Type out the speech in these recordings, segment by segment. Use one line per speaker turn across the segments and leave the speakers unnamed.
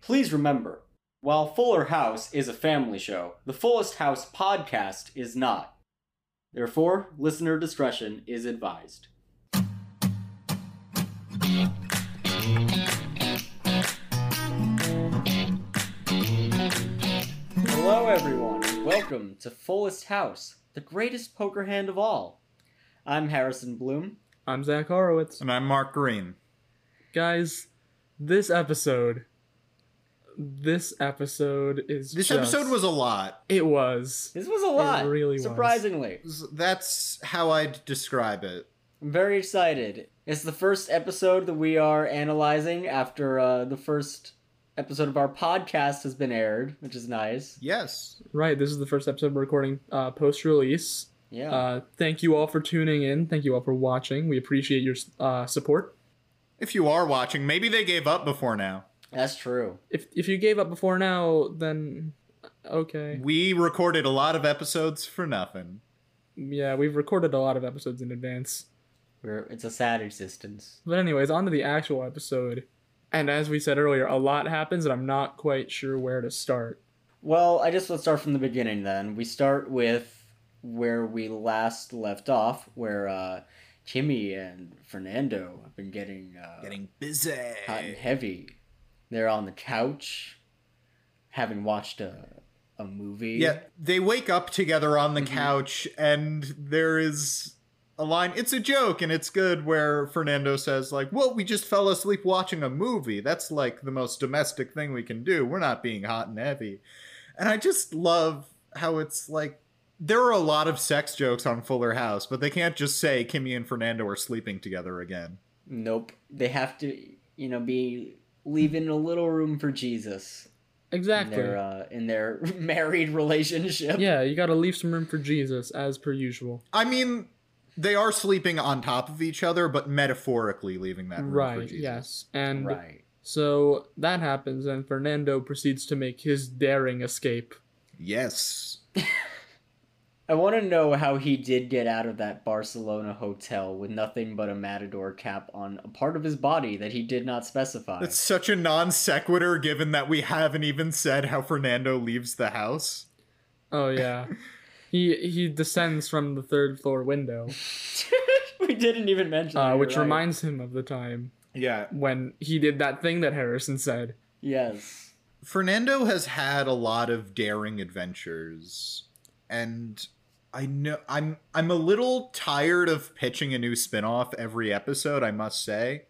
Please remember, while Fuller House is a family show, the Fullest House podcast is not. Therefore, listener discretion is advised. Hello, everyone. and Welcome to Fullest House, the greatest poker hand of all. I'm Harrison Bloom.
I'm Zach Horowitz.
And I'm Mark Green.
Guys, this episode, this episode is
This
just-
episode was a lot.
it was
This was a lot,
really was.
surprisingly.
That's how I'd describe it.
I'm very excited. It's the first episode that we are analyzing after uh, the first episode of our podcast has been aired, which is nice.
Yes.
right. This is the first episode we're recording uh, post release.
Yeah.
Uh, thank you all for tuning in. Thank you all for watching. We appreciate your uh, support.
If you are watching, maybe they gave up before now.
That's true.
If if you gave up before now, then okay.
We recorded a lot of episodes for nothing.
Yeah, we've recorded a lot of episodes in advance.
We're, it's a sad existence.
But anyways, on to the actual episode. And as we said earlier, a lot happens, and I'm not quite sure where to start.
Well, I just let's start from the beginning then. We start with where we last left off, where uh, Timmy and Fernando have been getting, uh,
Getting busy.
hot and heavy. They're on the couch, having watched a, a movie.
Yeah, they wake up together on the
Mm-hmm.
couch, and there is a line. It's a joke, and it's good. Where Fernando says, "Like, well, we just fell asleep watching a movie. That's like the most domestic thing we can do. We're not being hot and heavy." And I just love how it's like there are a lot of sex jokes on Fuller House, but they can't just say Kimmy and Fernando are sleeping together again.
Nope. They have to, you know, be leaving a little room for Jesus in
Exactly.
their uh, in their married relationship.
Yeah, you gotta leave some room for Jesus, as per usual.
I mean. They are sleeping on top of each other, but metaphorically leaving that room for
Right,
Jesus.
yes. And
Right.
so that happens, and Fernando proceeds to make his daring escape.
Yes.
I want to know how he did get out of that Barcelona hotel with nothing but a matador cap on a part of his body that he did not specify.
That's such a non sequitur given that we haven't even said how Fernando leaves the house.
Oh, yeah. he he descends from the third floor window,
we didn't even mention that,
uh,
you're
which
right.
reminds him of the time
Yeah.
when he did that thing that Harrison said.
Yes.
Fernando has had a lot of daring adventures and I know I'm I'm a little tired of pitching a new spin-off every episode, I must say.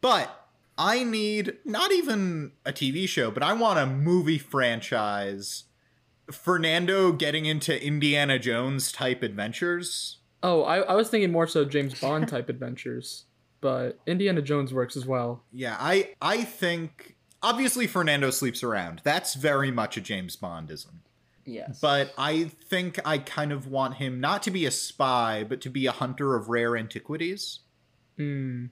But I need not even a TV show, but I want a movie franchise. Fernando getting into Indiana Jones type adventures.
Oh, I, I was thinking more so James Bond type adventures, but Indiana Jones works as well.
Yeah, I I think obviously Fernando sleeps around. That's very much a James Bondism.
yes.
But I think I kind of want him not to be a spy, but to be a hunter of rare antiquities.
Hmm.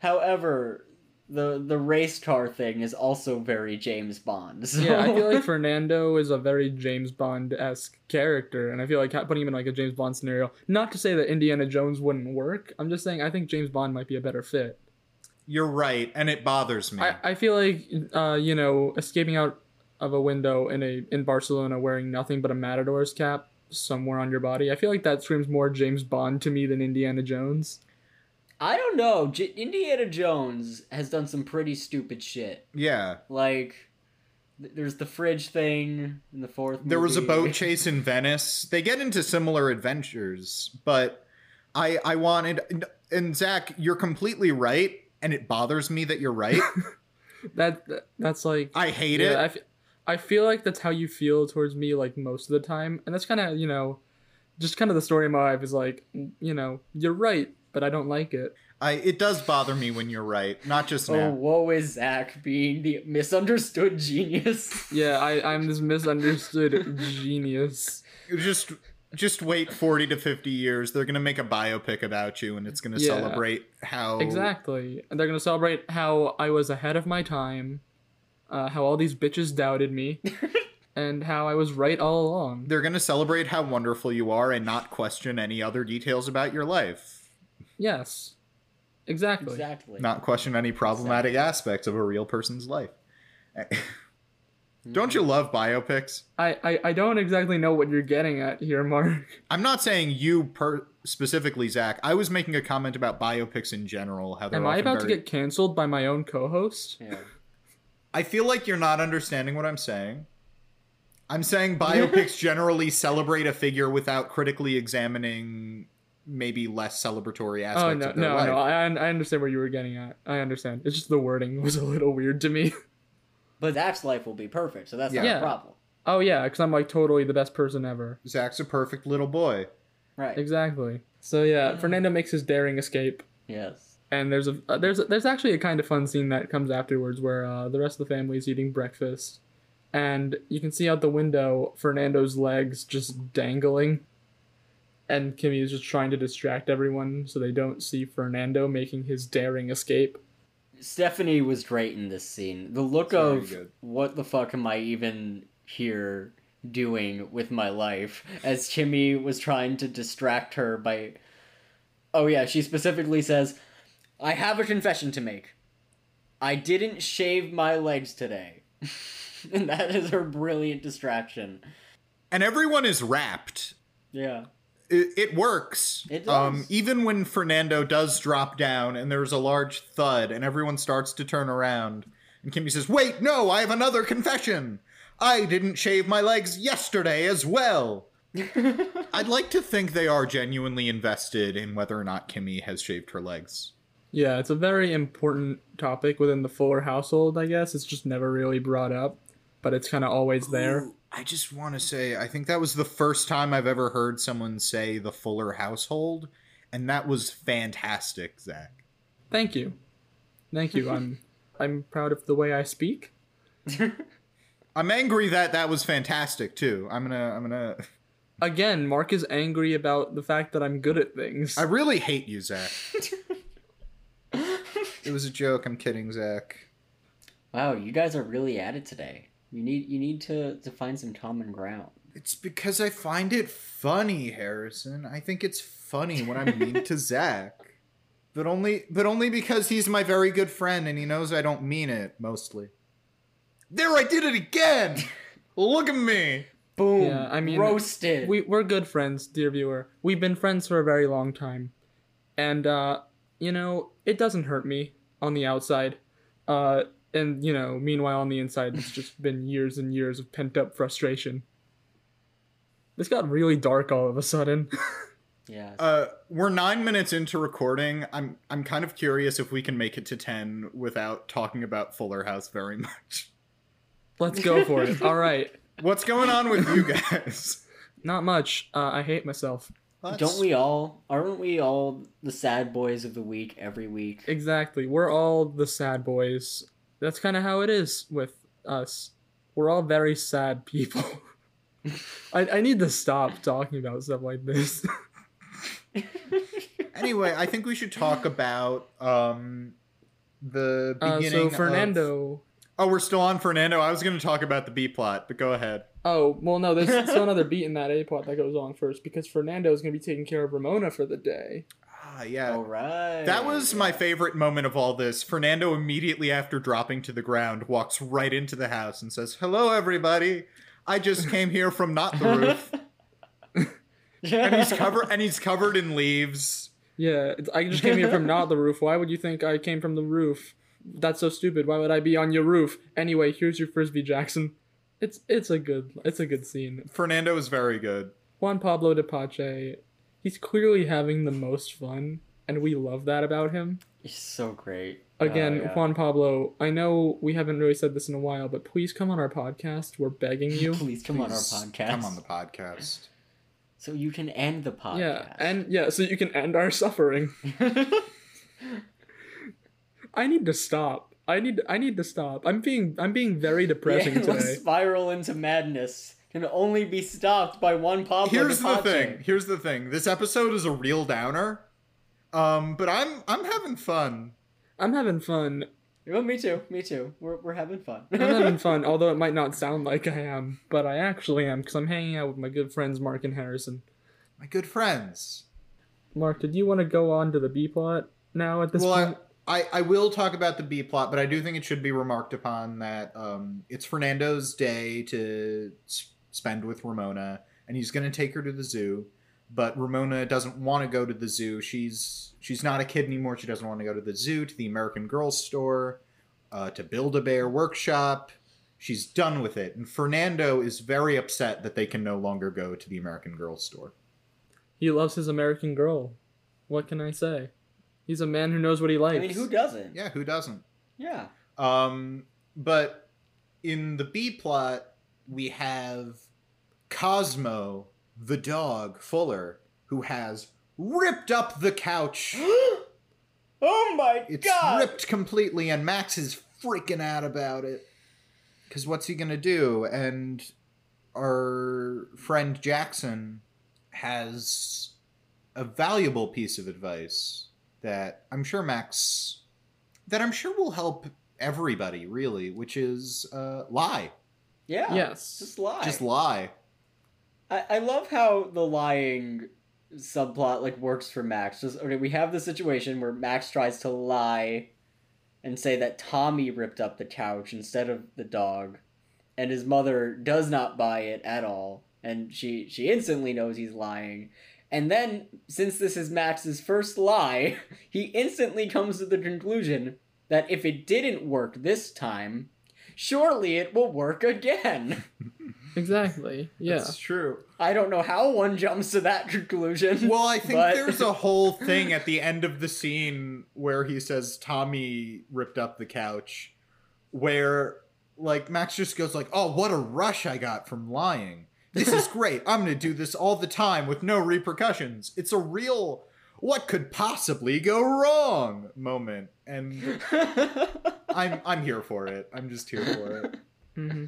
However, the the race car thing is also very James Bond. so-
Yeah, I feel like Fernando is a very James Bond esque character, and I feel like ha- putting him in like a James Bond scenario. Not to say that Indiana Jones wouldn't work. I'm just saying I think James Bond might be a better fit.
You're right, and it bothers me.
I, I feel like uh, you know escaping out of a window in a in Barcelona wearing nothing but a matador's cap somewhere on your body. I feel like that screams more James Bond to me than Indiana Jones.
I don't know. J- Indiana Jones has done some pretty stupid shit.
yeah.
Like, th- there's the fridge thing in the fourth.
There was a
movie.
boat chase in Venice. They get into similar adventures, but I I wanted and- and Zach, you're completely right, and it bothers me that you're right.
That, that that's like
I hate
yeah,
it.
I, f- I feel like that's how you feel towards me like most of the time and that's kind of you know just kind of the story of my life is like you know you're right but i don't like it
I it does bother me when you're right, not just
Oh,
now.
woe is Zach being the misunderstood genius.
yeah I, i'm this misunderstood genius
just just wait 40 to 50 years they're going to make a biopic about you and it's going to
Yeah.
celebrate how
exactly and they're gonna celebrate how i was ahead of my time uh, how all these bitches doubted me and how i was right all along
they're going to celebrate how wonderful you are and not question any other details about your life
yes exactly
Exactly.
not question any problematic aspects of a real person's life Don't you love biopics?
I, I, I don't exactly know what you're getting at here, Mark.
I'm not saying you per- specifically, Zach. I was making a comment about biopics in general. How they're
Am I
often
about to
very-
get canceled by my own co-host?
Mm-hmm. Yeah.
I feel like you're not understanding what I'm saying. I'm saying biopics generally celebrate a figure without critically examining maybe less celebratory
Oh
aspects
no,
of their
no,
life.
no! I I understand where you were getting at. I understand. It's just the wording was a little weird to me.
But Zach's life will be perfect, so that's not
Yeah.
a problem.
Oh yeah, because I'm like totally the best person ever.
Zach's a perfect little boy.
Right.
Exactly. So yeah, Fernando makes his daring escape,
Yes.
and there's a uh, there's a, there's actually a kind of fun scene that comes afterwards where uh, the rest of the family is eating breakfast, and you can see out the window Fernando's legs just dangling, and Kimmy is just trying to distract everyone so they don't see Fernando making his daring escape.
Stephanie was great in this scene. The look
Very
of
good.
what the fuck am I even here doing with my life as Chimmy was trying to distract her by Oh yeah, she specifically says, "I have a confession to make. I didn't shave my legs today." and that is her brilliant distraction.
And everyone is wrapped.
Yeah.
It, it works.
It does.
Um, even when Fernando does drop down and there's a large thud and everyone starts to turn around, and Kimmy says, Wait, no, I have another confession. I didn't shave my legs yesterday as well. I'd like to think they are genuinely invested in whether or not Kimmy has shaved her legs.
Yeah, it's a very important topic within the Fuller household, I guess. It's just never really brought up, but it's kind of always there.
Ooh, I just want to say, I think that was the first time I've ever heard someone say the Fuller household, and that was fantastic, Zach.
Thank you. Thank you. I'm I'm proud of the way I speak.
I'm angry that that was fantastic too. I'm gonna, I'm gonna.
Again, Mark is angry about the fact that I'm good at things.
I really hate you, Zach. it was a joke. I'm kidding, Zach.
Wow, you guys are really at it today. You need you need to to find some common ground.
It's because I find it funny, Harrison. I think it's funny when I'm mean to Zach, but only, but only because he's my very good friend and he knows I don't mean it mostly. There, I did it again. Look at me.
Boom.
Yeah, I mean,
roasted.
we we're good friends, dear viewer. We've been friends for a very long time, and uh, you know it doesn't hurt me on the outside, uh, and you know meanwhile on the inside it's just been years and years of pent up frustration. This got really dark all of a sudden.
yeah.
Uh, we're nine minutes into recording. I'm, I'm kind of curious if we can make it to ten without talking about Fuller House very much.
Let's go for it. All right,
What's going on with you guys?
not much. Uh, I hate myself.
Don't we all? Aren't we all the sad boys of the week every week?
Exactly. We're all the sad boys. That's kind of how it is with us. We're all very sad people. I, I need to stop talking about stuff like this.
Anyway, I think we should talk about um the
Uh,
beginning.
so
of-
Fernando.
Oh, we're still on Fernando. I was going to talk about the B plot, but go ahead.
Oh well, no. There's still another beat in that A plot that goes on first because Fernando is going to be taking care of Ramona for the day.
Ah, yeah.
Oh,
All right.
That was my favorite moment of all this. Fernando immediately after dropping to the ground walks right into the house and says, "Hello everybody. I just came here from not the roof." and he's covered and he's covered in leaves.
Yeah, it's, I just came here from not the roof. Why would you think I came from the roof? That's so stupid. Why would I be on your roof? Anyway, here's your frisbee, Jackson. It's it's a good it's a good scene.
Fernando is very good.
Juan Pablo de Pache, he's clearly having the most fun, and we love that about him.
He's so great.
Again,
Oh, yeah.
Juan Pablo, I know we haven't really said this in a while, but please come on our podcast. We're begging you.
Please come on our
Please
podcast.
Come on the podcast.
so you can end the podcast.
yeah, and yeah, so you can end our suffering. I need to stop. I need I need to stop. I'm being I'm being very depressing
Yeah, the
today.
spiral into madness can only be stopped by one Pablo.
Here's
de
the
Pache.
thing. Here's the thing. This episode is a real downer. Um, but I'm I'm having fun.
I'm having fun.
Well, me too. Me too. We're we're having fun.
I'm having fun, although it might not sound like I am, but I actually am because I'm hanging out with my good friends Mark and Harrison.
My good friends.
Mark, did you want to go on to the B plot now at this
well,
point?
I, I, I will talk about the B plot, but I do think it should be remarked upon that um, it's Fernando's day to s- spend with Ramona, and he's going to take her to the zoo. But Ramona doesn't want to go to the zoo. She's she's not a kid anymore. She doesn't want to go to the zoo, to the American Girl store, uh, to Build a Bear Workshop. She's done with it, and Fernando is very upset that they can no longer go to the American Girl store.
He loves his American girl. What can I say? He's a man who knows what he likes.
I mean, who doesn't?
Yeah, who doesn't?
Yeah.
Um, but in the B plot, we have Cosmo, the dog, Fuller, who has ripped up the couch.
oh my
It's
god!
ripped completely, and Max is freaking out about it. Because what's he going to do? And our friend Jackson has a valuable piece of advice that I'm sure Max, that I'm sure will help everybody, really, which is uh, lie.
Yeah.
Yes.
Just lie.
Just lie.
I, I love how the lying subplot like works for Max. Just okay, we have the situation where Max tries to lie and say that Tommy ripped up the couch instead of the dog, and his mother does not buy it at all, and she she instantly knows he's lying. And then, since this is Max's first lie, he instantly comes to the conclusion that if it didn't work this time, surely it will work again.
Exactly. Yeah.
That's true.
I don't know how one jumps to that conclusion.
Well, I think
but-
there's a whole thing at the end of the scene where he says Tommy ripped up the couch, where like Max just goes like, "Oh, what a rush I got from lying. This is great. I'm going to do this all the time with no repercussions." It's a real what could possibly go wrong moment, and I'm I'm here for it. I'm just here for it.
hmm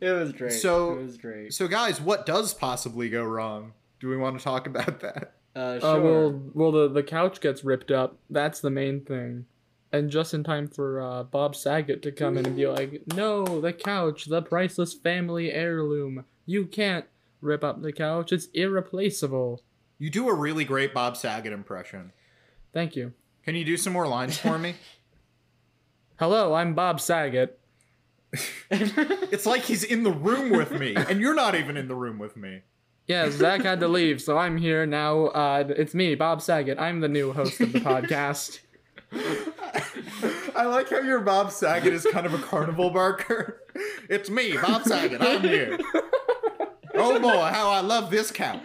it was great.
So-
it was great.
So guys, what does possibly go wrong? Do we want to talk about that?
Uh,
Uh,
sure.
well, well, the the couch gets ripped up. That's the main thing, and just in time for uh, Bob Saget to come in and be like, "No, the couch, the priceless family heirloom. You can't rip up the couch. It's irreplaceable."
You do a really great Bob Saget impression.
Thank you.
Can you do some more lines for me?
Hello, I'm Bob Saget.
it's like he's in the room with me, and you're not even in the room with me.
Yeah, Zach had to leave, so I'm here now. Uh, it's me, Bob Saget. I'm the new host of the podcast.
I like how your Bob Saget is kind of a carnival barker. It's me, Bob Saget. I'm here. Oh boy, how I love this couch.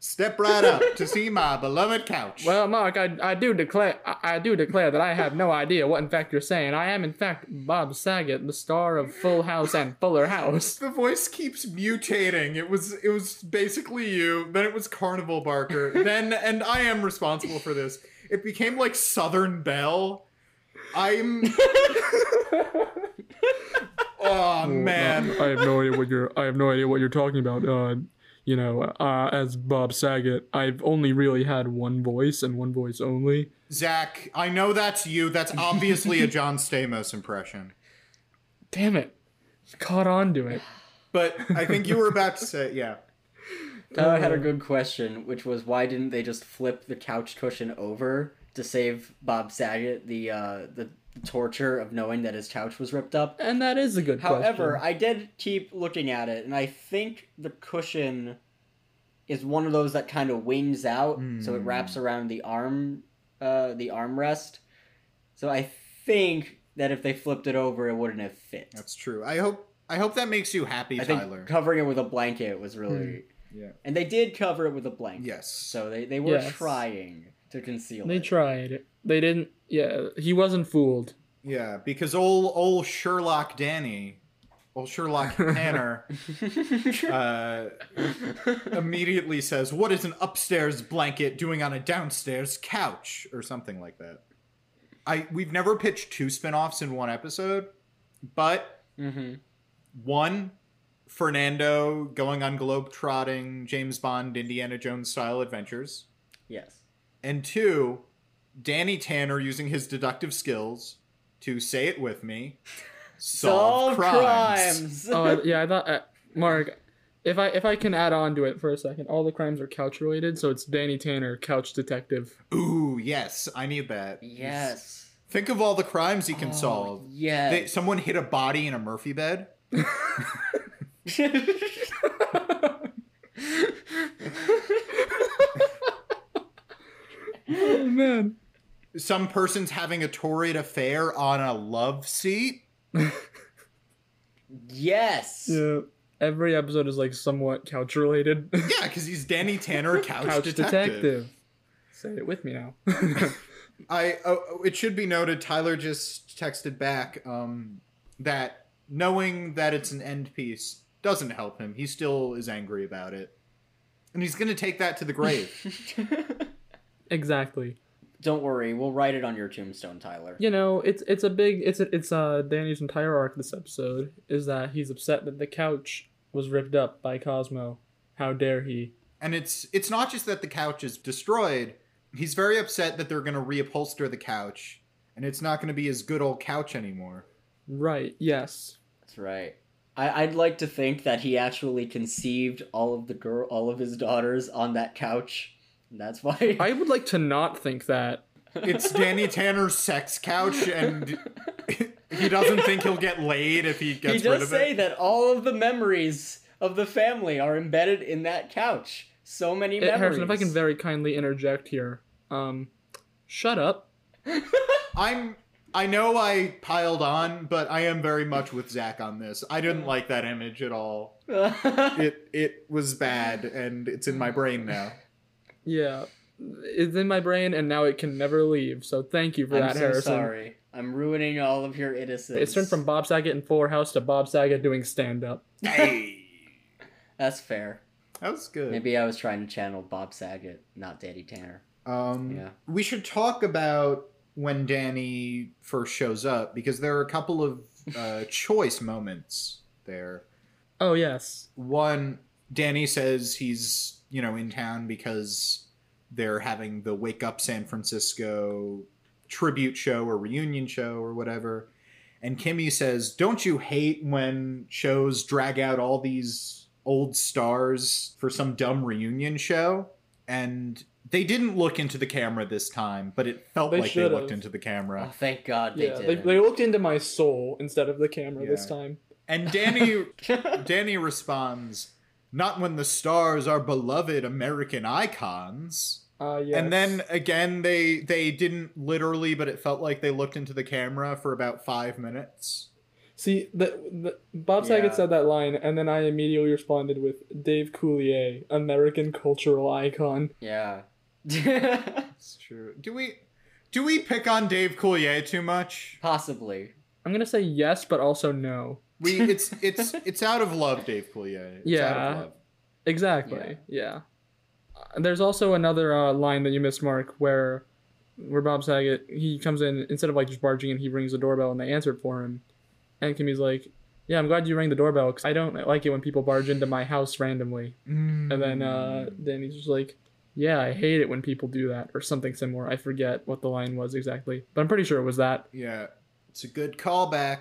Step right up to see my beloved couch.
Well, Mark, I, I do declare I, I do declare that I have no idea what in fact you're saying. I am in fact Bob Saget, the star of Full House and Fuller House.
the voice keeps mutating. It was it was basically you, then it was Carnival Barker, then and I am responsible for this. It became like Southern Belle. I'm Oh man.
I have no idea what you're I have no idea what you're talking about. Uh, you know, uh, as Bob Saget, I've only really had one voice and one voice only.
Zach, I know that's you. That's obviously a John Stamos impression.
Damn it, caught on to it.
But I think you were about to say yeah.
Tyler had a good question, which was why didn't they just flip the couch cushion over to save Bob Saget the uh, the torture of knowing that his couch was ripped up?
And that is a good.
However,
question.
I did keep looking at it, and I think the cushion is one of those that kind of wings out, so it wraps around the arm, uh, the armrest. So I think that if they flipped it over, it wouldn't have fit.
That's true. I hope I hope that makes you happy,
I think
Tyler.
covering it with a blanket was really,
Yeah.
and they did cover it with a blanket.
Yes.
So they they were
Yes.
trying to conceal
they
it.
tried. it. They didn't. Yeah, he wasn't fooled.
Yeah, because old old Sherlock Danny, old Sherlock Tanner, uh, immediately says, "What is an upstairs blanket doing on a downstairs couch?" or something like that. I we've never pitched two spin-offs in one episode, but
mm-hmm.
one Fernando going on globe-trotting James Bond Indiana Jones style adventures,
Yes.
and two Danny Tanner using his deductive skills to say it with me.
Solve
crimes.
crimes.
Oh I- yeah, I thought uh, Mark. If I if I can add on to it for a second, all the crimes are couch related, so it's Danny Tanner, couch detective.
Ooh, yes, I need that.
Yes.
Think of all the crimes you can
Oh,
solve. They,
Yes.
someone hit a body in a Murphy bed.
Oh man.
Some person's having a torrid affair on a love seat.
yes.
Yeah. Every episode is like somewhat couch related.
Yeah, because he's Danny Tanner, couch,
couch
detective.
detective. Say it with me now.
I. Oh, oh, it should be noted. Tyler just texted back um, that knowing that it's an end piece doesn't help him. He still is angry about it, and he's gonna take that to the grave.
exactly.
Don't worry, we'll write it on your tombstone, Tyler.
You know, it's it's a big it's it's uh Danny's entire arc this episode is that he's upset that the couch was ripped up by Cosmo. How dare he?
and it's it's not just that the couch is destroyed. He's very upset that they're gonna reupholster the couch, and it's not gonna be his good old couch anymore.
Right. Yes.
That's right. I, I'd like to think that he actually conceived all of the girl, all of his daughters on that couch. And that's why.
I would like to not think that.
It's Danny Tanner's sex couch, and he doesn't think he'll get laid if he
he
gets rid
does
of
say
it.
that all of the memories of the family are embedded in that couch. So many
Eh,
memories.
Harrison, if I can very kindly interject here. Um shut up.
I'm. I know I piled on, but I am very much with Zach on this. I didn't like that image at all. It it was bad, and it's in my brain now.
Yeah. It's in my brain and now it can never leave. So thank you for
I'm
that,
so
Harrison.
sorry. I'm ruining all of your innocence.
It's turned from Bob Saget in Fuller House to Bob Saget doing stand up.
Hey,
That's fair.
that was good.
Maybe I was trying to channel Bob Saget, not Daddy Tanner.
Um,
Yeah.
We should talk about when Danny first shows up because there are a couple of uh, choice moments there.
Oh yes.
One, Danny says he's you know in town because they're having the Wake Up San Francisco tribute show or reunion show or whatever. And Kimmy says, "Don't you hate when shows drag out all these old stars for some dumb reunion show?" And they didn't look into the camera this time, but it felt
They
like
should've.
they looked into the camera.
Oh, thank God they
yeah, they,
didn't.
they looked into my soul instead of the camera this
Yeah.
time.
And Danny Danny responds, "Not when the stars are beloved American icons."
Uh, yes.
And then again, they they didn't literally, but it felt like they looked into the camera for about five minutes.
see the, the Bob Saget
Yeah.
said that line, and then I immediately responded with Dave Coulier, American cultural icon.
yeah.
That's true. Do we do we pick on Dave Coulier too much?
Possibly.
I'm gonna say yes, but also no.
We it's it's it's out of love, Dave Coulier. It's out
Yeah.
of love.
Exactly. Yeah. Uh, There's also another uh, line that you missed, Mark, where where Bob Saget he comes in instead of like just barging in, he rings the doorbell and they answer it for him, and Kimmy's like, "Yeah, I'm glad you rang the doorbell because I don't like it when people barge into my house randomly." And then uh,
Mm.
then he's just like, "Yeah, I hate it when people do that," or something similar. I forget what the line was exactly, but I'm pretty sure it was that.
yeah, it's a good callback.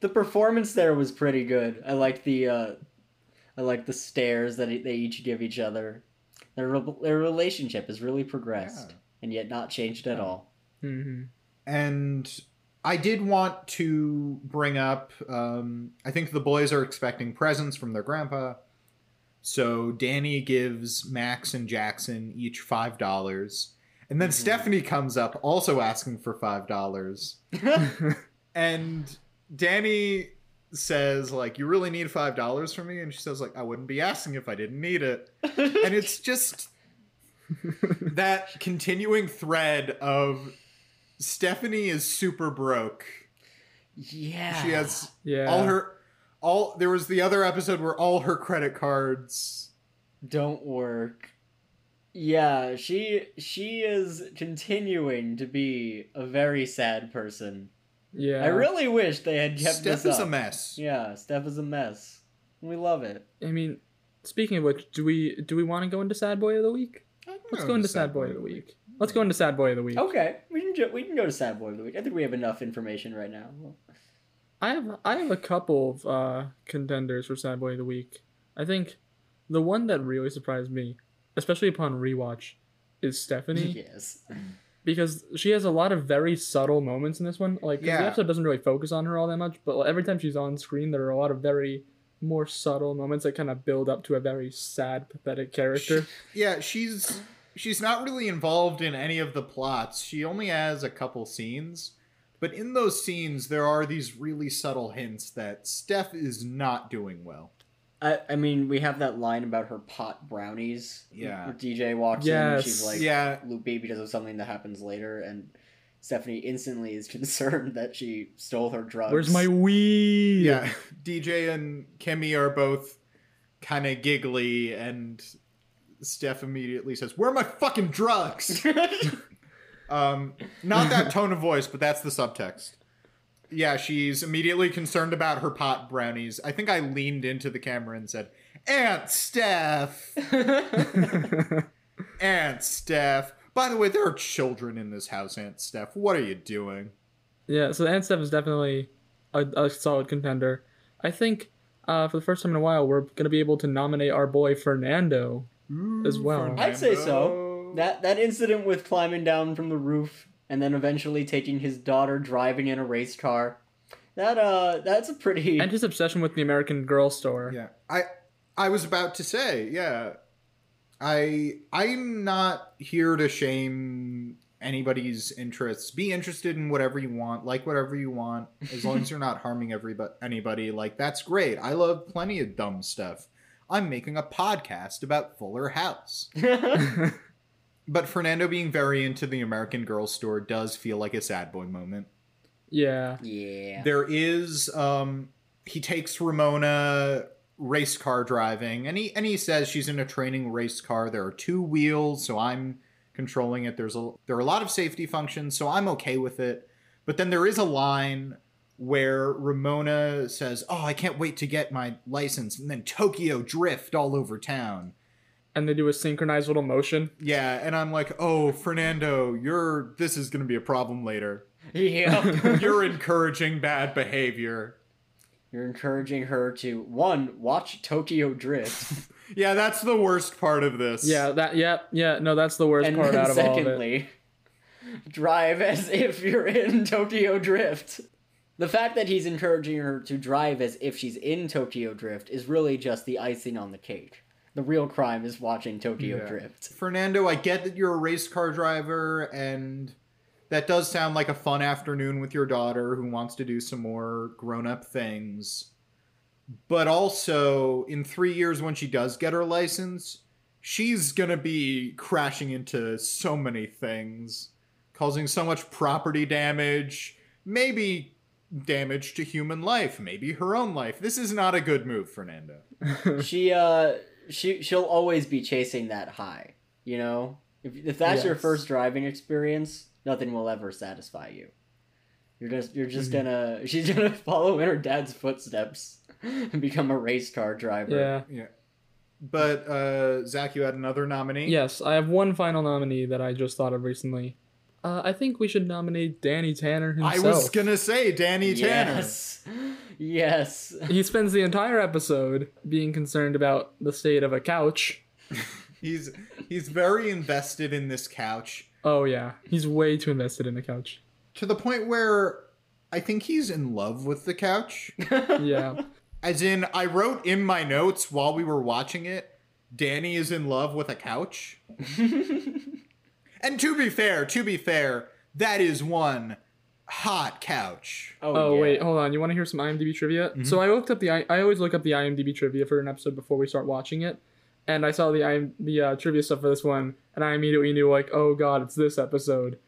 The performance there was pretty good. I like the uh I like the stares that e, they each give each other. Their re- their relationship has really progressed
Yeah.
and yet not changed at all.
hmm
And I did want to bring up. Um, I think the boys are expecting presents from their grandpa, so Danny gives Max and Jackson each five dollars, and then
Mhm.
Stephanie comes up also asking for five dollars, and Danny says like, "You really need five dollars from me?" And she says like, "I wouldn't be asking if I didn't need it." and it's just that continuing thread of Stephanie is super broke.
yeah.
She has
Yeah.
all her all there was the other episode where all her credit cards
don't work. Yeah, she she is continuing to be a very sad person.
yeah.
I really wish they had kept
Steph
this up.
is a mess.
Yeah, Steph is a mess. We love it.
I mean, speaking of which, do we do we want to go into Sad Boy of the Week?
I don't
Let's
know
go into
this
Sad Boy of the Week. Let's go into Sad Boy of the Week.
Okay, we can ju- we can go to Sad Boy of the Week. I think we have enough information right now.
I have I have a couple of uh, contenders for Sad Boy of the Week. I think The one that really surprised me, especially upon rewatch, is Stephanie
yes.
because she has a lot of very subtle moments in this one. Like 'cause
Yeah.
the episode doesn't really focus on her all that much, but like, every time she's on screen, there are a lot of very more subtle moments that kind of build up to a very sad, pathetic character.
Yeah, she's she's not really involved in any of the plots. She only has a couple scenes, but in those scenes there are these really subtle hints that Steph is not doing well.
I, I mean, we have that line about her pot brownies.
Yeah.
Where DJ walks in and she's
Yes.
like,
yeah,
Luke B because of something that happens later, and Stephanie instantly is concerned that she stole her drugs.
Where's my weed?
yeah. DJ and Kimmy are both kind of giggly and Steph immediately says, "Where are my fucking drugs?" Um, not that tone of voice, but that's the subtext. Yeah, she's immediately concerned about her pot brownies. I think I leaned into the camera and said, Aunt Steph! Aunt Steph! By the way, there are children in this house, Aunt Steph. What are you doing?
Yeah, so Ant Steph is definitely a, a solid contender. I think uh, for the first time in a while, we're going to be able to nominate our boy Fernando. As well.
I'd say so. that that incident with climbing down from the roof and then eventually taking his daughter driving in a race car. That uh, that's a pretty.
And his obsession with the American Girl store.
Yeah. I I was about to say, yeah. I I'm not here to shame anybody's interests. Be interested in whatever you want, like whatever you want, as long as you're not harming everybody anybody. Like that's great. I love plenty of dumb stuff. I'm making a podcast about Fuller House. But Fernando being very into the American Girl store does feel like a sad boy moment.
Yeah.
yeah.
There is um he takes Ramona race car driving and he and he says she's in a training race car. There are two wheels, so I'm controlling it. There's a there are a lot of safety functions, so I'm okay with it. But then there is a line where Ramona says, "Oh, I can't wait to get my license," and then Tokyo drift all over town.
And they do a synchronized little motion.
Yeah, and I'm like, "Oh, Fernando, you're this is going to be a problem later.
yeah.
You're encouraging bad behavior."
You're encouraging her to one watch Tokyo Drift,
Yeah, that's the worst part of this.
Yeah, that, yeah, yeah. No, that's the worst
and
part out
then
of all of it.
secondly, drive as if you're in Tokyo Drift. The fact that he's encouraging her to drive as if she's in Tokyo Drift is really just the icing on the cake. The real crime is watching Tokyo
Yeah.
Drift.
Fernando, I get that you're a race car driver, and that does sound like a fun afternoon with your daughter who wants to do some more grown up things. But also, in three years, when she does get her license, she's going to be crashing into so many things, causing so much property damage, maybe damage to human life, maybe her own life. This is not a good move, Fernando.
she uh she she'll always be chasing that high, you know? If if that's your
Yes.
first driving experience, nothing will ever satisfy you. You're just you're just
Mm-hmm.
gonna she's gonna follow in her dad's footsteps and become a race car driver.
Yeah.
But, uh, Zach, you had another nominee?
Yes, I have one final nominee that I just thought of recently. Uh, I think we should nominate Danny Tanner
I
himself.
was gonna say Danny
Yes. Yes.
He spends the entire episode being concerned about the state of a couch.
Tanner. He's he's very invested in this couch
Oh yeah, he's way too invested in the couch.
to the point where I think he's in love with the couch.
Yeah,
Oh,
As in, I wrote in my notes while we were watching it, Danny is in love with a couch. and to be fair, to be fair, that is one hot couch.
Oh,
Oh
yeah. Mm-hmm.
wait, hold on. You want to hear some IMDb trivia? So I looked up the I, I always look up the IMDb trivia for an episode before we start watching it, and I saw the IM, the uh, trivia stuff for this one, and I immediately knew like, oh god, it's this episode.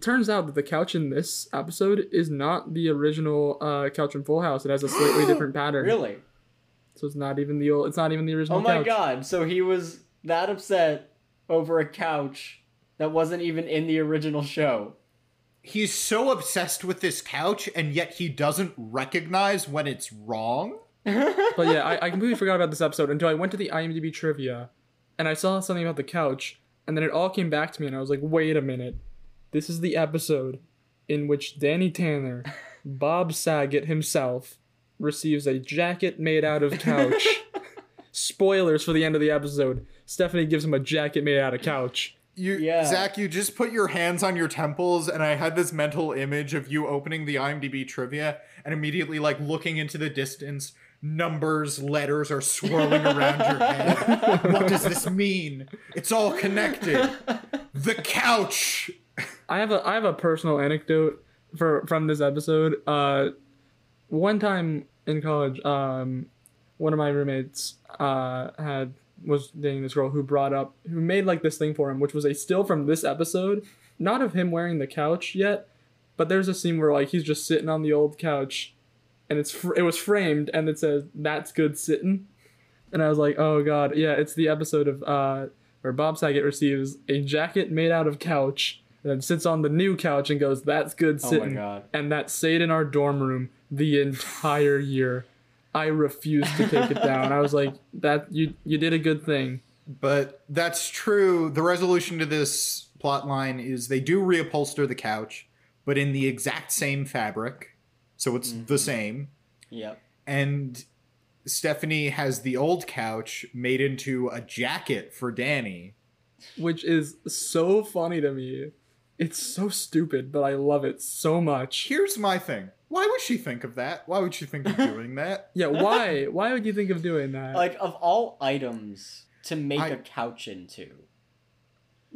Turns out that the couch in this episode is not the original uh, couch in Full House. It has a slightly different pattern.
Really?
So it's not even the old. It's not even the original.
Oh my
couch.
god, so he was that upset over a couch that wasn't even in the original show.
He's so obsessed with this couch, and yet he doesn't recognize when it's wrong.
But yeah, I, I completely forgot about this episode until I went to the IMDb trivia and I saw something about the couch, and then it all came back to me, and I was like, wait a minute. This is the episode in which Danny Tanner, Bob Saget himself, receives a jacket made out of couch, spoilers for the end of the episode. Stephanie gives him a jacket made out of couch.
You,
Yeah.
Zach, you just put your hands on your temples, and I had this mental image of you opening the IMDb trivia and immediately like looking into the distance. Numbers, letters are swirling around your head. What does this mean? It's all connected. The couch.
I have a I have a personal anecdote for from this episode. Uh, one time in college, um, one of my roommates uh, had was dating this girl who brought up who made like this thing for him, which was a still from this episode, not of him wearing the couch yet, but there's a scene where like he's just sitting on the old couch, and it's fr- it was framed and it says that's good sitting, and I was like oh god yeah it's the episode of uh, where Bob Saget receives a jacket made out of couch and then sits on the new couch and goes that's good
Oh my
sitting
God.
and that stayed in our dorm room the entire year. I refused to take it down. I was like, "That you you did a good thing."
But that's true. The resolution to this plot line is they do reupholster the couch, but in the exact same fabric. So it's the same.
Yep.
and Stephanie has the old couch made into a jacket for Danny.
Which is so funny to me. It's so stupid, but I love it so much.
Here's my thing. Why would she think of that? Why would she think of doing that?
Yeah, why? Why would you think of doing that?
Like of all items to make
I-
a couch into.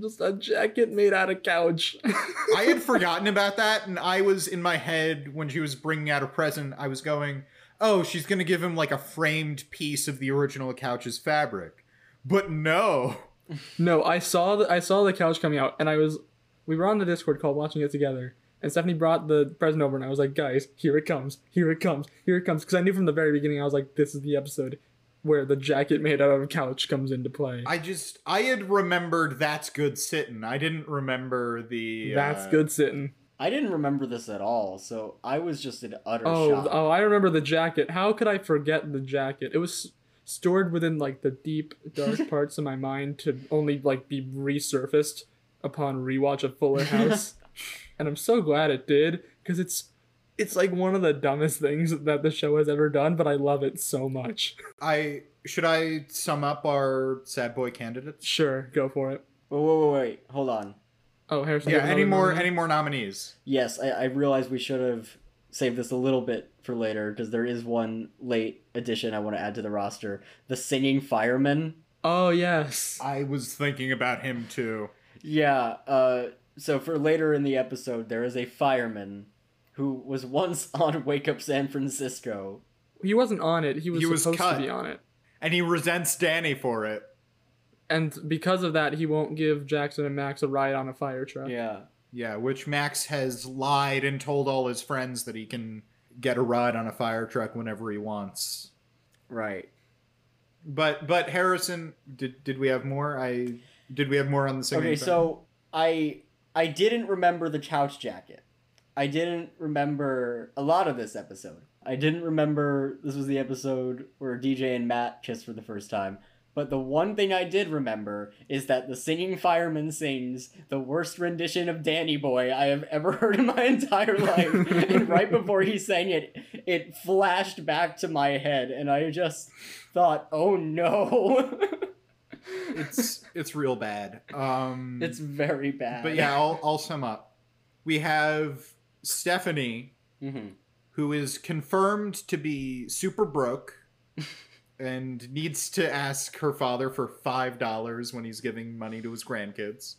Just a jacket made out of couch.
I had forgotten about that, and I was in my head when she was bringing out a present. I was going, oh, she's going to give him like a framed piece of the original couch's fabric. But no.
No, I saw the I saw the couch coming out, and I was we were on the Discord call watching it together, and Stephanie brought the present over, and I was like, guys, here it comes, here it comes, here it comes, because I knew from the very beginning I was like, this is the episode where the jacket made out of a couch comes into play.
I just, I had remembered that's good sitting. I didn't remember the.
That's
uh,
good sitting.
I didn't remember this at all, so I was just in utter
Oh,
shock.
oh, I remember the jacket. How could I forget the jacket? It was stored within like the deep dark parts of my mind to only like be resurfaced upon rewatch of Fuller House. and I'm so glad it did cuz it's it's like one of the dumbest things that the show has ever done, but I love it so much.
I, should I sum up our sad boy candidates?
Sure, go for it.
Wait, wait, wait, wait. Hold on.
Oh, Harrison.
Yeah,
you have
any
another
more
nominee?
any more nominees?
Yes, I, I realize we should have saved this a little bit for later because there is one late addition I want to add to the roster. The singing fireman.
Oh, yes.
I was thinking about him too.
Yeah, uh, so for later in the episode, there is a fireman who was once on Wake Up San Francisco.
He wasn't on it. He was
He was
supposed
cut.
to be on it.
And he resents Danny for it.
And because of that, he won't give Jackson and Max a ride on a fire truck.
Yeah.
Yeah, which Max has lied and told all his friends that he can get a ride on a fire truck whenever he wants.
Right.
But but Harrison, did did we have more? I did we have more on the singing?
Okay,
thing?
so I I didn't remember the couch jacket. I didn't remember a lot of this episode. I didn't remember this was the episode where DJ and Matt kissed for the first time. But the one thing I did remember is that the singing fireman sings the worst rendition of Danny Boy I have ever heard in my entire life. and right before he sang it, it flashed back to my head, and I just thought, oh no.
it's it's real bad. Um
it's very bad.
But yeah, I'll I'll sum up. We have Stephanie
hmm
who is confirmed to be super broke and needs to ask her father for five dollars when he's giving money to his grandkids.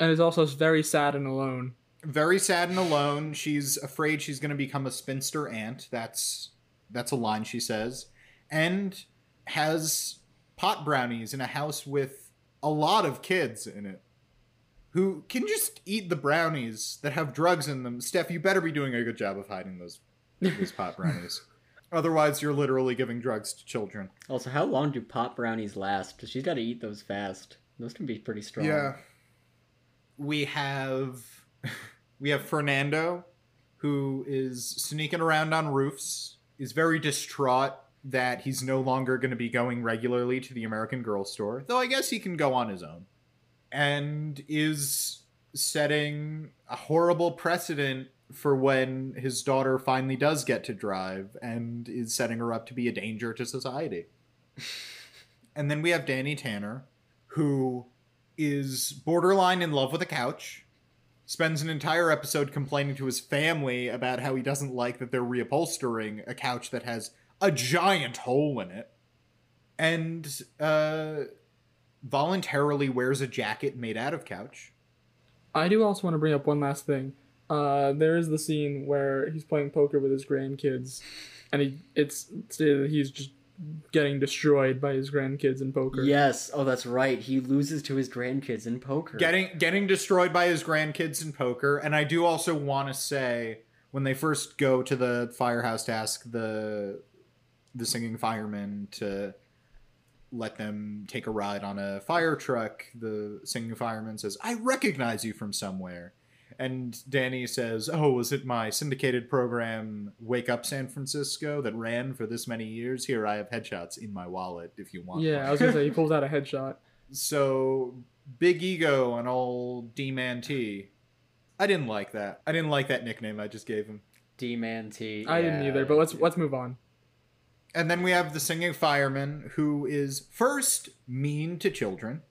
and is also very sad and alone.
Very sad and alone. She's afraid she's going to become a spinster aunt. That's that's a line she says, and has pot brownies in a house with a lot of kids in it. Who can just eat the brownies that have drugs in them? Steph, you better be doing a good job of hiding those these pot brownies. Otherwise, you're literally giving drugs to children.
Also, how long do pot brownies last? Because she's got to eat those fast. Those can be pretty strong.
We have we have Fernando who is sneaking around on roofs, is very distraught that he's no longer going to be going regularly to the American Girl store, though I guess he can go on his own. And is setting a horrible precedent for when his daughter finally does get to drive and is setting her up to be a danger to society. And then we have Danny Tanner, who is borderline in love with a couch, spends an entire episode complaining to his family about how he doesn't like that they're reupholstering a couch that has a giant hole in it, and uh, voluntarily wears a jacket made out of couch.
I do also want to bring up one last thing. Uh, there is the scene where he's playing poker with his grandkids, and he it's, it's he's just getting destroyed by his grandkids in poker.
Yes. Oh, that's right. He loses to his grandkids in poker.
Getting getting destroyed by his grandkids in poker, and I do also want to say when they first go to the firehouse to ask the the singing fireman to let them take a ride on a fire truck, the singing fireman says, "I recognize you from somewhere." And Danny says, "Oh, was it my syndicated program Wake Up San Francisco that ran for this many years? Here I have headshots in my wallet if you want."
Yeah,
one."
I was gonna say he pulls out a headshot.
So big ego on old D Man T. I didn't like that. I didn't like that nickname I just gave him.
D Man T.
I didn't
yeah.
either, but let's let's move on.
And then we have the singing fireman who is first mean to children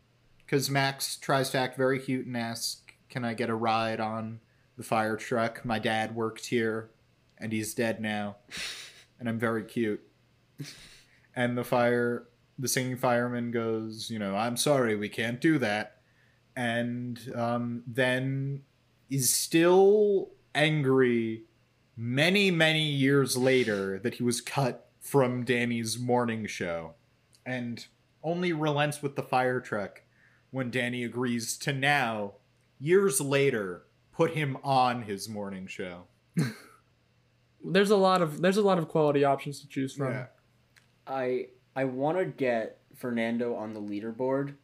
because Max tries to act very cute and asks, Can I get a ride on the fire truck? My dad worked here and he's dead now. And I'm very cute. And the fire, the singing fireman goes, You know, I'm sorry, we can't do that. And um, then is still angry many, many years later that he was cut from Danny's morning show and only relents with the fire truck when Danny agrees to now, years later, put him on his morning show.
There's a lot of there's a lot of quality options to choose from.
I I want to get Fernando on the leaderboard,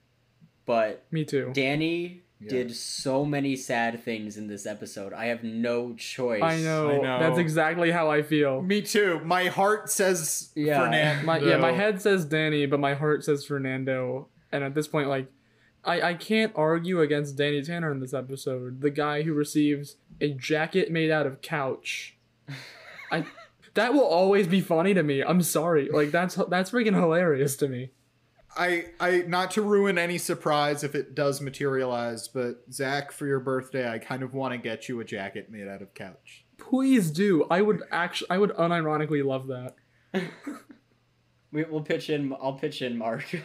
but
Me too.
Danny
Yeah.
did so many sad things in this episode. I have no choice.
I know,
I know.
That's exactly how I feel.
Me too. My heart says
Yeah.
Fernando.
My yeah, my head says Danny, but my heart says Fernando. And at this point, like, I I can't argue against Danny Tanner in this episode. The guy who receives a jacket made out of couch. I that will always be funny to me. I'm sorry. Like that's that's freaking hilarious to me.
I, I, not to ruin any surprise if it does materialize, but Zach, for your birthday, I kind of want to get you a jacket made out of couch.
Please do. I would actually I would unironically love that.
We, we'll pitch in. I'll pitch in Mark.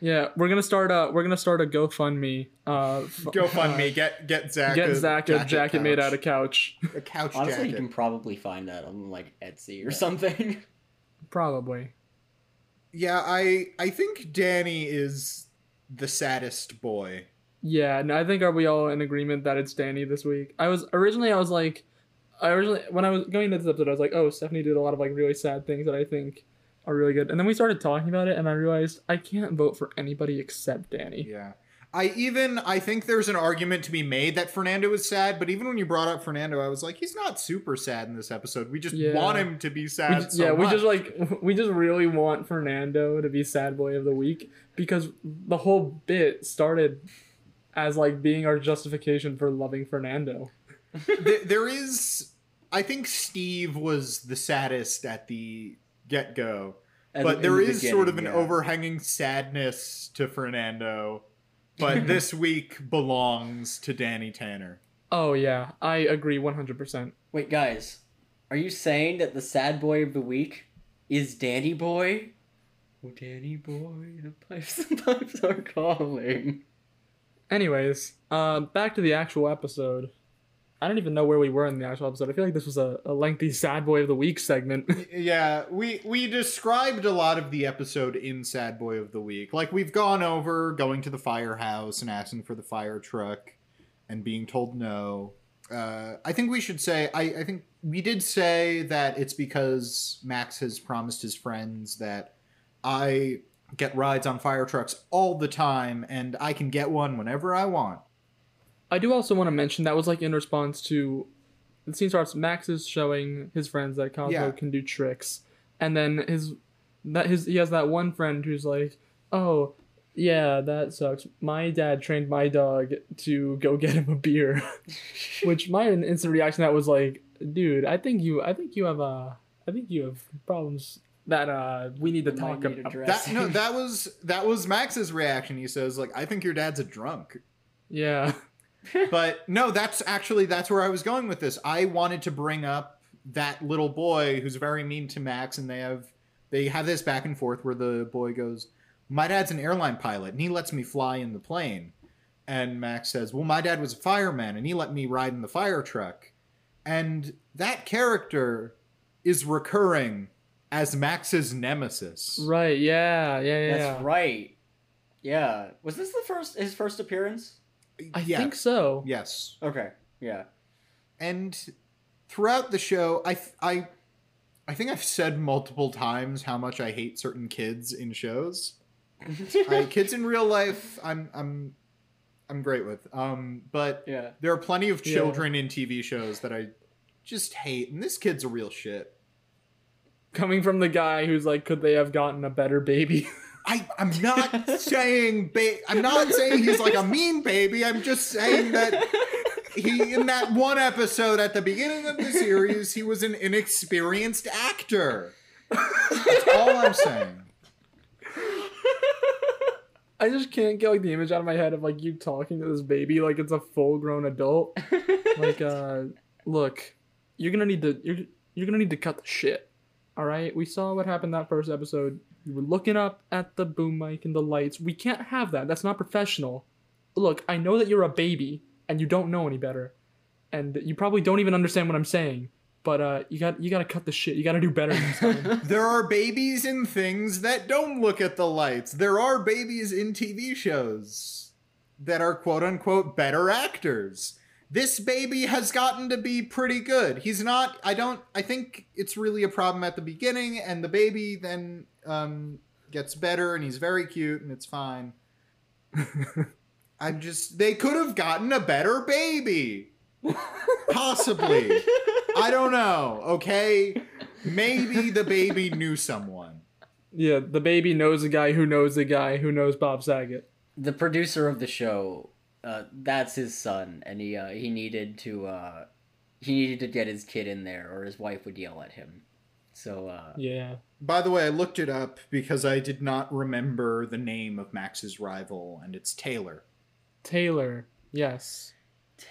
Yeah, we're gonna start a we're gonna start a GoFundMe. Uh, f-
GoFundMe, get get Zach
uh, get
a
Zach a jacket, made
couch.
out of couch,
a couch
Honestly, you
jacket.
can probably find that on like Etsy or something.
probably.
Yeah, I I think Danny is the saddest boy.
Yeah, no, I think are we all in agreement that it's Danny this week? I was originally I was like, I originally when I was going into this episode I was like, oh Stephanie did a lot of like really sad things that I think are really good, and then we started talking about it and I realized I can't vote for anybody except Danny.
Yeah. I even I think there's an argument to be made that Fernando is sad, but even when you brought up Fernando, I was like, he's not super sad in this episode. We just
Yeah.
want him to be
We
sad.
just,
so
yeah, we
much.
just like we just really want Fernando to be sad boy of the week because the whole bit started as like being our justification for loving Fernando.
Th- there is I think Steve was the saddest at the get go.
At-
but
in
there
the
is sort of an
beginning, yeah.
overhanging sadness to Fernando. But this week belongs to Danny Tanner.
Oh yeah, I agree 100%.
Wait, guys, are you saying that the sad boy of the week is Danny Boy? Oh, Danny Boy, the pipes, the pipes are calling.
Anyways, uh, back to the actual episode. I don't even know where we were in the actual episode. I feel like this was a, a lengthy sad boy of the week segment.
Yeah, we we described a lot of the episode in Sad Boy of the Week. Like we've gone over going to the firehouse and asking for the fire truck and being told no. Uh, I think we should say I, I think we did say that it's because Max has promised his friends that I get rides on fire trucks all the time and I can get one whenever I want.
I do also want to mention that was like in response to the scene starts. Max is showing his friends that Cosmo
Yeah.
can do tricks, and then his that his he has that one friend who's like, "Oh, yeah, that sucks. My dad trained my dog to go get him a beer," which my instant reaction to that was like, "Dude, I think you, I think you have uh, I think you have problems that uh we need to talk
need
about.
address.
That no, that was that was Max's reaction. He says, like, I think your dad's a drunk.
Yeah.
But no, that's actually that's where I was going with this. I wanted to bring up that little boy who's very mean to Max, and they have they have this back and forth where the boy goes, My dad's an airline pilot and he lets me fly in the plane. And Max says, Well, my dad was a fireman and he let me ride in the fire truck. And that character is recurring as Max's nemesis.
Right. Yeah. Yeah. Yeah.
That's
yeah.
right. Yeah. Was this the first his first appearance?
I
Yeah.
think so.
Yes.
Okay. Yeah.
and throughout the show i i i think i've said multiple times how much i hate certain kids in shows I, kids in real life i'm i'm i'm great with um but
yeah.
there are plenty of
Yeah.
children in tv shows that i just hate and this kid's a real shit
Coming from the guy who's like, could they have gotten a better baby?
I, I'm not saying ba- I'm not saying he's like a mean baby. I'm just saying that he in that one episode at the beginning of the series, he was an inexperienced actor. That's all I'm saying.
I just can't get like the image out of my head of like you talking to this baby like it's a full grown adult. like, uh, look, you're gonna need to you're you're gonna need to cut the shit. All right, we saw what happened that first episode. You were looking up at the boom mic and the lights. We can't have that. That's not professional. Look, I know that you're a baby and you don't know any better, and you probably don't even understand what I'm saying. But uh, you got you gotta cut the shit. You gotta do better. next time.
There are babies in things that don't look at the lights. There are babies in TV shows that are quote unquote better actors. This baby has gotten to be pretty good. He's not I don't I think it's really a problem at the beginning and the baby then um gets better and he's very cute and it's fine. I'm just they could have gotten a better baby. Possibly. I don't know. Okay. Maybe the baby knew someone.
yeah, the baby knows a guy who knows the guy who knows Bob Saget.
The producer of the show, uh, that's his son, and he uh, he needed to uh, he needed to get his kid in there, or his wife would yell at him. So uh,
Yeah.
By the way, I looked it up because I did not remember the name of Max's rival, and it's Taylor.
Taylor. Yes.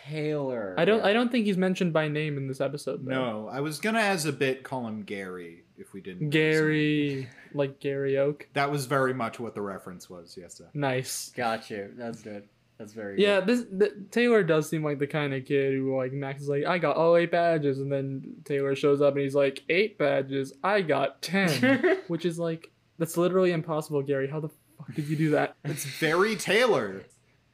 Taylor,
I don't
yeah.
I don't think he's mentioned by name in this episode though.
No, I was gonna, as a bit, call him Gary if we didn't. know his name.
Gary like Gary Oak.
That was very much what the reference was. Yes, sir.
Nice.
Got you. That's good. That's very
Yeah, this th- Taylor does seem like the kind of kid who like Max is like, I got all eight badges and then Taylor shows up and he's like, Eight badges, I got ten
good.
Which is like that's literally impossible, Gary. How the fuck did you do that?
It's very Taylor.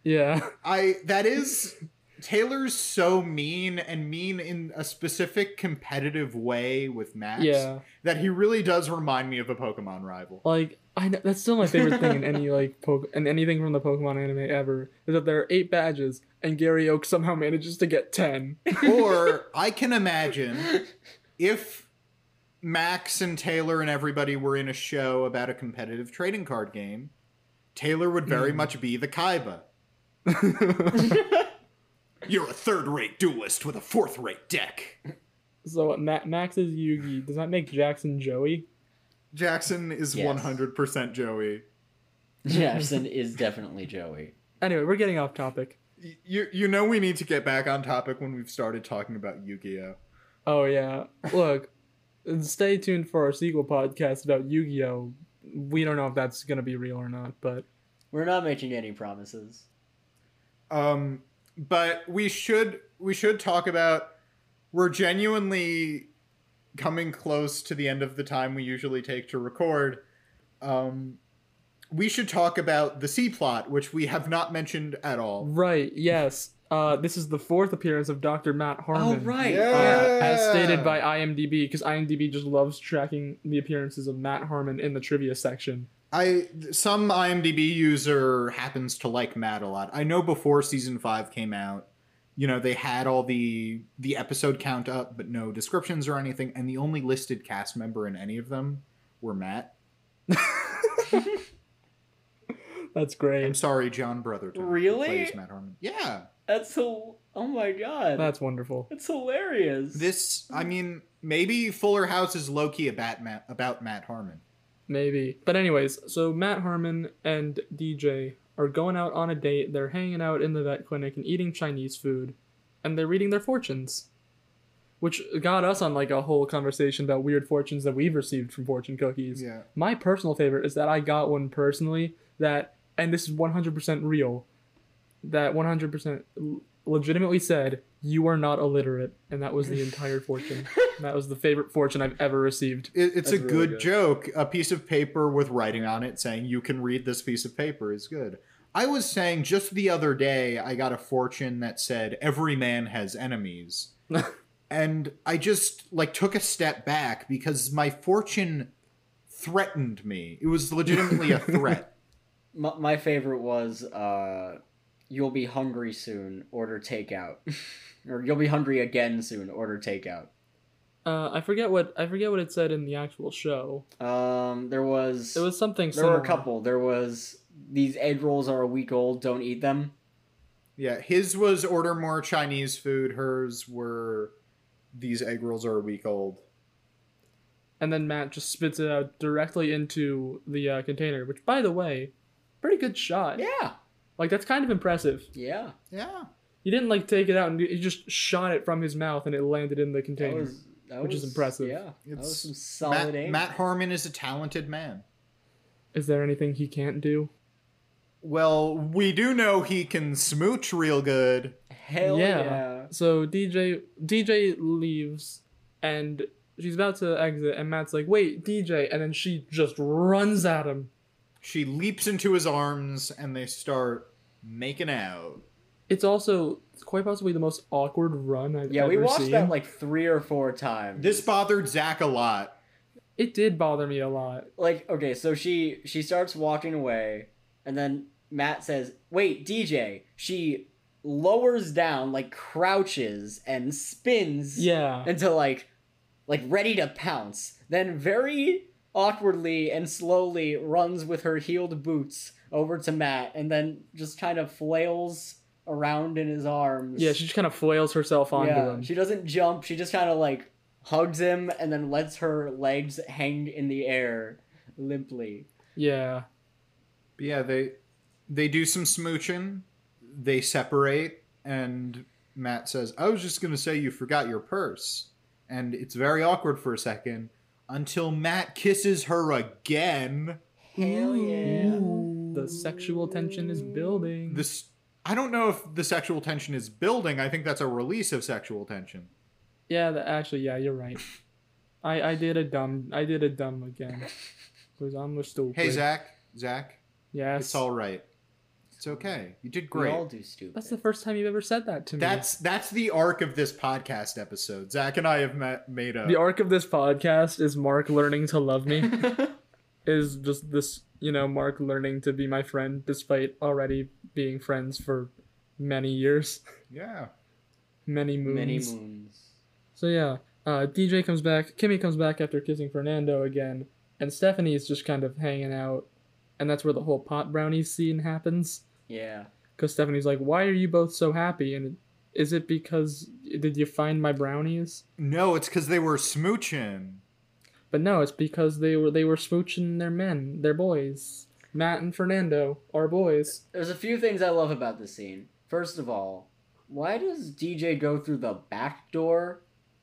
Yeah.
I that is Taylor's so mean and mean in a specific competitive way with Max
Yeah.
that he really does remind me of a Pokemon rival.
Like I know, that's still my favorite thing in any like poke and anything from the Pokemon anime ever is that there are eight badges and Gary Oak somehow manages to get ten.
or I can imagine if Max and Taylor and everybody were in a show about a competitive trading card game, Taylor would very much be the Kaiba. You're a third rate duelist with a fourth rate deck.
So Ma- Max is Yugi. Does that make Jackson Joey?
Jackson is
Yes.
100% Joey.
Jackson is definitely Joey.
Anyway, we're getting off topic.
Y- You, you know we need to get back on topic when we've started talking about Yu-Gi-Oh.
Oh yeah. Look, stay tuned for our sequel podcast about Yu-Gi-Oh. We don't know if that's gonna be real or not, but
We're not making any promises.
Um, but we should we should talk about we're genuinely coming close to the end of the time we usually take to record. Um, we should talk about the C plot, which we have not mentioned at all.
right. Yes. Uh, this is the fourth appearance of Dr. Matt Harmon.
Oh right.
Uh,
Yeah.
as stated by IMDb, because IMDb just loves tracking the appearances of Matt Harmon in the trivia section.
I some IMDb user happens to like Matt a lot. I know before season five came out, you know they had all the the episode count up, but no descriptions or anything, and the only listed cast member in any of them were Matt.
That's great.
I'm sorry, John Brotherton. who
Really?
plays Matt Harmon. Yeah.
That's so. Oh my god.
That's wonderful.
That's hilarious.
This, I mean, Maybe Fuller House is low key about Matt, about Matt Harmon.
Maybe. But anyways, so Matt Harmon and DJ are going out on a date. They're hanging out in the vet clinic and eating Chinese food, and they're reading their fortunes, which got us on like a whole conversation about weird fortunes that we've received from fortune cookies.
Yeah.
My personal favorite is that I got one personally that, and this is 100% real, that 100% l- legitimately said, "You are not illiterate," and that was the entire fortune. that was the favorite fortune I've ever received.
It, it's
That's
a
really
good,
good.
joke. A piece of paper with writing on it saying you can read this piece of paper is good. I was saying just the other day, I got a fortune that said every man has enemies. and I just like took a step back because my fortune threatened me. It was legitimately a threat.
My, my favorite was uh, "You'll be hungry soon. Order takeout." or "You'll be hungry again soon. Order takeout."
Uh, I forget what I forget what it said in the actual show.
Um, there was
It was something.
there were a
similar.
couple. There was these egg rolls are a week old. Don't eat them.
yeah, his was order more Chinese food. Hers were these egg rolls are a week old.
and then Matt just spits it out directly into the uh, container. Which, by the way, pretty good shot.
Yeah,
Like that's kind of impressive.
yeah.
Yeah.
He didn't like take it out and he just shot it from his mouth and it landed in the
That
container.
was that
Which is
was-
impressive.
Yeah, that
It's
was some solid
Matt,
aim.
Matt Harmon is a talented man.
Is there anything he can't do?
Well, we do know he can smooch real good.
Hell yeah.
So DJ DJ leaves and she's about to exit and Matt's like, "Wait, DJ!" And then she just runs at him.
She leaps into his arms and they start making out.
It's also quite possibly the most awkward run I've
Yeah,
ever
we watched
seen.
that like three or four times.
This bothered Zach a lot.
it did bother me a lot.
like okay so she she starts walking away and then matt says wait dj she lowers down like crouches and spins
Yeah.
until like like ready to pounce then very awkwardly and slowly runs with her heeled boots over to matt and then just kind of flails around in his arms
Yeah, she just kind of flails herself onto
yeah,
them.
she doesn't jump. She just kind of like hugs him and then lets her legs hang in the air limply.
yeah.
But yeah, they they do some smooching. They separate and Matt says, "I was just going to say you forgot your purse." And it's very awkward for a second until Matt kisses her again.
Hell yeah.
The sexual tension is building.
This I don't know if the sexual tension is building. I think that's a release of sexual tension.
yeah, the, actually, yeah, you're right. I, I did a dumb I did a dumb again. Cause I'm a stupid.
Hey Zach, Zach,
Yes.
it's all right. It's okay. You did
We all
great.
do stupid.
That's the first time you've ever said that to me.
That's that's the arc of this podcast episode. Zach and I have met, made a
the arc of this podcast is Mark learning to love me. is just this, you know, Mark learning to be my friend despite already being friends for many years,
yeah.
many moons.
many moons.
So yeah, uh, DJ comes back. Kimmy comes back after kissing Fernando again, and Stephanie is just kind of hanging out, and that's where the whole pot brownie scene happens.
Yeah.
Because Stephanie's like, "Why are you both so happy?" And is it because did you find my brownies?
No, it's because they were smooching.
But no, it's because they were they were smooching their men, their boys. Matt and Fernando are boys.
There's a few things I love about this scene. First of all, why does DJ go through the back door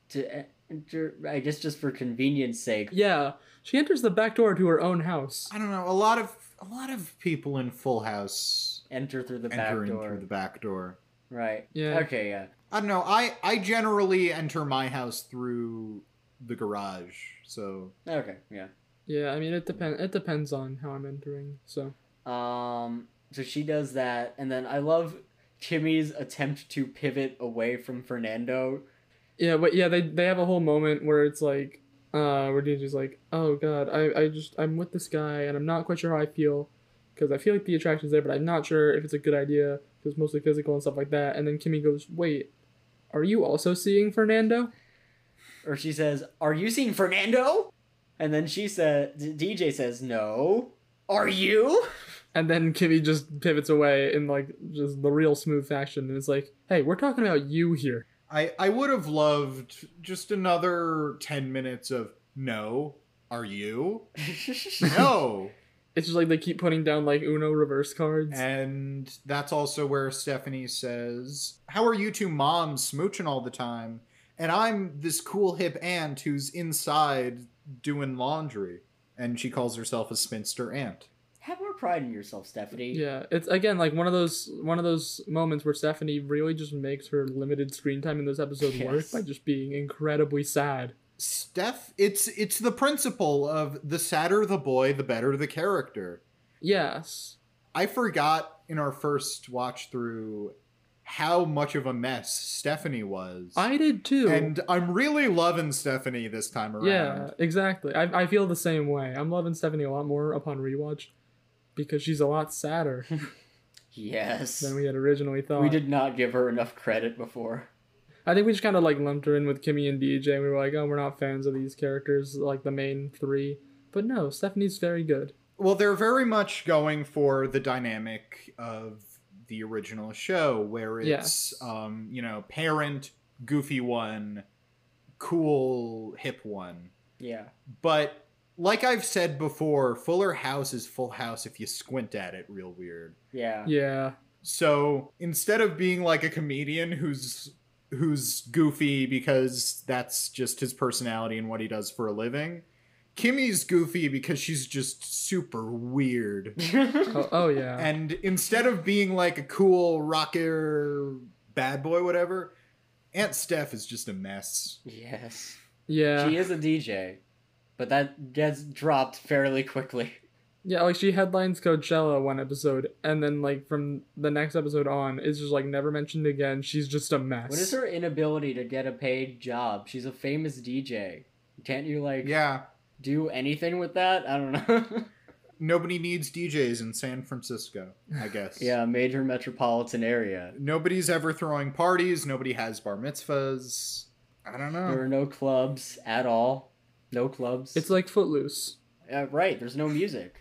to e- enter? I guess just for convenience sake.
Yeah, she enters the back door to her own house.
I don't know. A lot of a lot of people in Full House
Enter through the back
enter in
door.
through the back door.
Right.
Yeah.
Okay, yeah.
I don't know. I I generally enter my house through the garage. So
Okay, yeah.
Yeah, I mean it depends. It depends on how I'm entering. So
Um, so she does that, and then I love Kimmy's attempt to pivot away from Fernando.
Yeah, but yeah, they they have a whole moment where it's like, uh, where DJ's like, oh god, I, I just I'm with this guy and I'm not quite sure how I feel, because I feel like the attraction's there, but I'm not sure if it's a good idea because mostly physical and stuff like that. And then Kimmy goes, wait, are you also seeing Fernando?
Or she says, Are you seeing Fernando? And then she said, DJ says, No. Are you?
And then Kimmy just pivots away in like just the real smooth fashion and it's like, hey, we're talking about you here.
I I would have loved just another 10 minutes of no, are you? No.
It's just like they keep putting down like Uno reverse cards.
and that's also where Stephanie says, "How are you two moms smooching all the time?" And I'm this cool hip aunt who's inside doing laundry, and she calls herself a spinster aunt.
Have more pride in yourself, Stephanie.
yeah, it's again like one of those one of those moments where Stephanie really just makes her limited screen time in this episode work
Yes.
by just being incredibly sad.
Steph, it's it's the principle of the sadder the boy, the better the character.
Yes.
I forgot in our first watch through how much of a mess Stephanie was.
I did too.
and I'm really loving Stephanie this time around.
yeah, exactly. I, I feel the same way. I'm loving Stephanie a lot more upon rewatch because she's a lot sadder
Yes.
than we had originally thought.
We did not give her enough credit before.
I think we just kind of like lumped her in with Kimmy and DJ. And we were like, oh, we're not fans of these characters, like the main three. But no, Stephanie's very good.
Well, they're very much going for the dynamic of the original show, where it's
Yes.
um, you know, parent, goofy one, cool, hip one.
Yeah.
But like I've said before, Fuller House is Full House if you squint at it real weird.
Yeah.
Yeah,
So instead of being like a comedian who's who's goofy because that's just his personality and what he does for a living, Kimmy's goofy because she's just super weird.
oh, oh yeah.
And instead of being like a cool rocker bad boy, whatever, Aunt Steph is just a mess.
yes.
yeah,
She is a DJ, but that gets dropped fairly quickly.
yeah. Like she headlines Coachella one episode, and then like from the next episode on, it's just like never mentioned again. She's just a mess.
What is her inability to get a paid job? She's a famous DJ. Can't you like
Yeah,
do anything with that? I don't know.
nobody needs DJs in San Francisco, I guess.
yeah, major metropolitan area.
Nobody's ever throwing parties. Nobody has bar mitzvahs. I don't
There
know.
are no clubs at all. No clubs.
It's like Footloose.
uh, right. There's no music.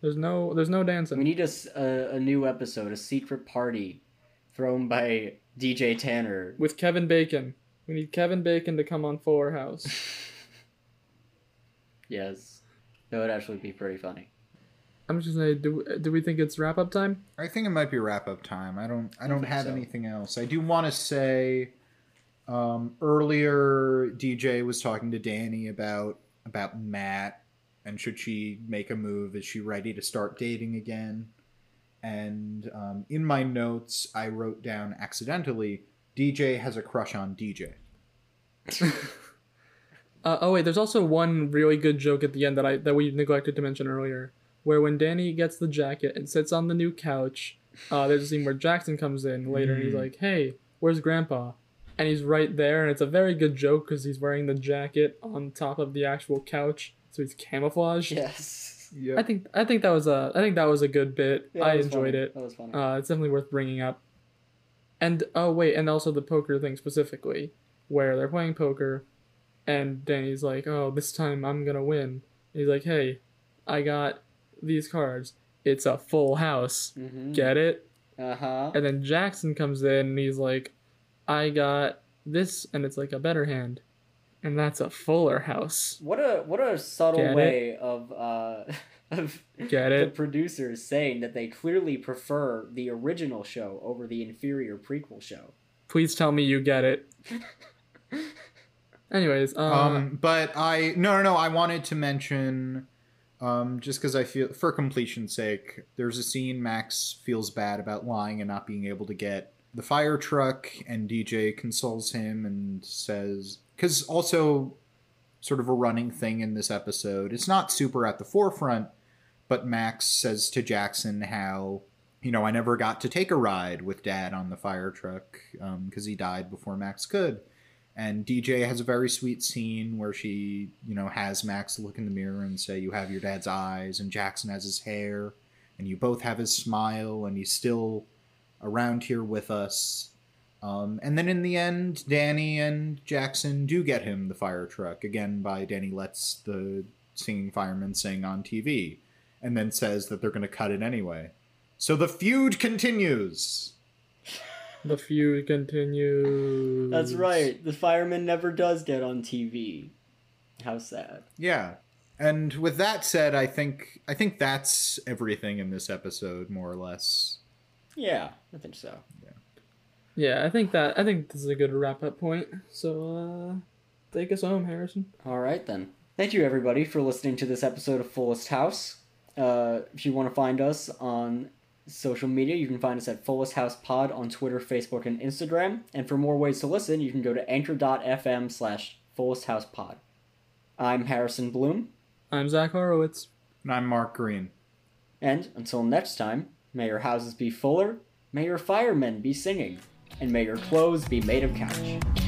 There's no, there's no dancing.
We need a, s- a- a new episode, a secret party, thrown by DJ Tanner.
with Kevin Bacon. We need Kevin Bacon to come on Fuller House.
Yes, that would actually be pretty funny.
I'm just gonna do. Do we think it's wrap up time?
I think it might be wrap up time. I don't. I don't
think
have
so.
anything else. I do want to say, um, earlier DJ was talking to Danny about about Matt and should she make a move? Is she ready to start dating again? And um, in my notes, I wrote down accidentally DJ has a crush on DJ.
Uh, oh wait, there's also one really good joke at the end that I that we neglected to mention earlier, where when Danny gets the jacket and sits on the new couch, uh, there's a scene where Jackson comes in later and he's
Mm.
like, "Hey, where's Grandpa?" And he's right there, and it's a very good joke because he's wearing the jacket on top of the actual couch, so he's camouflaged.
Yes,
Yeah.
I think I think that was a I think that was a good bit. I enjoyed it.
That was funny.
Uh, it's definitely worth bringing up. And oh wait, and also the poker thing specifically, where they're playing poker, and Danny's like, "Oh, this time I'm gonna win." And he's like, "Hey, I got these cards. It's a full house.
mm-hmm.
Get it?"
Uh huh.
And then Jackson comes in and he's like, "I got this, and it's like a better hand, and that's a fuller house.
What a what a subtle
Get it?
way of uh of
Get
the
it?"
producers saying that they clearly prefer the original show over the inferior prequel show.
Please tell me you get it. Anyways, um,
Um, but I no no no. I wanted to mention, um, just because I feel for completion's sake, there's a scene Max feels bad about lying and not being able to get the fire truck, and DJ consoles him and says, because also, sort of a running thing in this episode. It's not super at the forefront, but Max says to Jackson how. You know, I never got to take a ride with Dad on the fire truck because he died before Max could and DJ has a very sweet scene where she, you know, has Max look in the mirror and say, "You have your dad's eyes," and Jackson has his hair, and you both have his smile, and he's still around here with us. Um, and then in the end, Danny and Jackson do get him the fire truck again by Danny lets the singing fireman sing on TV, and then says that they're going to cut it anyway. So the feud continues.
The feud continues.
That's right. The fireman never does get on TV. How sad.
Yeah. And with that said, I think I think that's everything in this episode, more or less.
Yeah, I think so.
Yeah, I think that I think this is a good wrap up point. So uh take us home, Harrison.
All right, then. Thank you, everybody, for listening to this episode of Fullest House. Uh, if you want to find us on social media, you can find us at Fullest House Pod on Twitter, Facebook, and Instagram. And for more ways to listen, you can go to anchor.fm slash Fullest House Pod. I'm Harrison Bloom,
I'm Zach Horowitz.
And I'm Mark Green.
and until next time, may your houses be fuller, may your firemen be singing, and may your clothes be made of couch.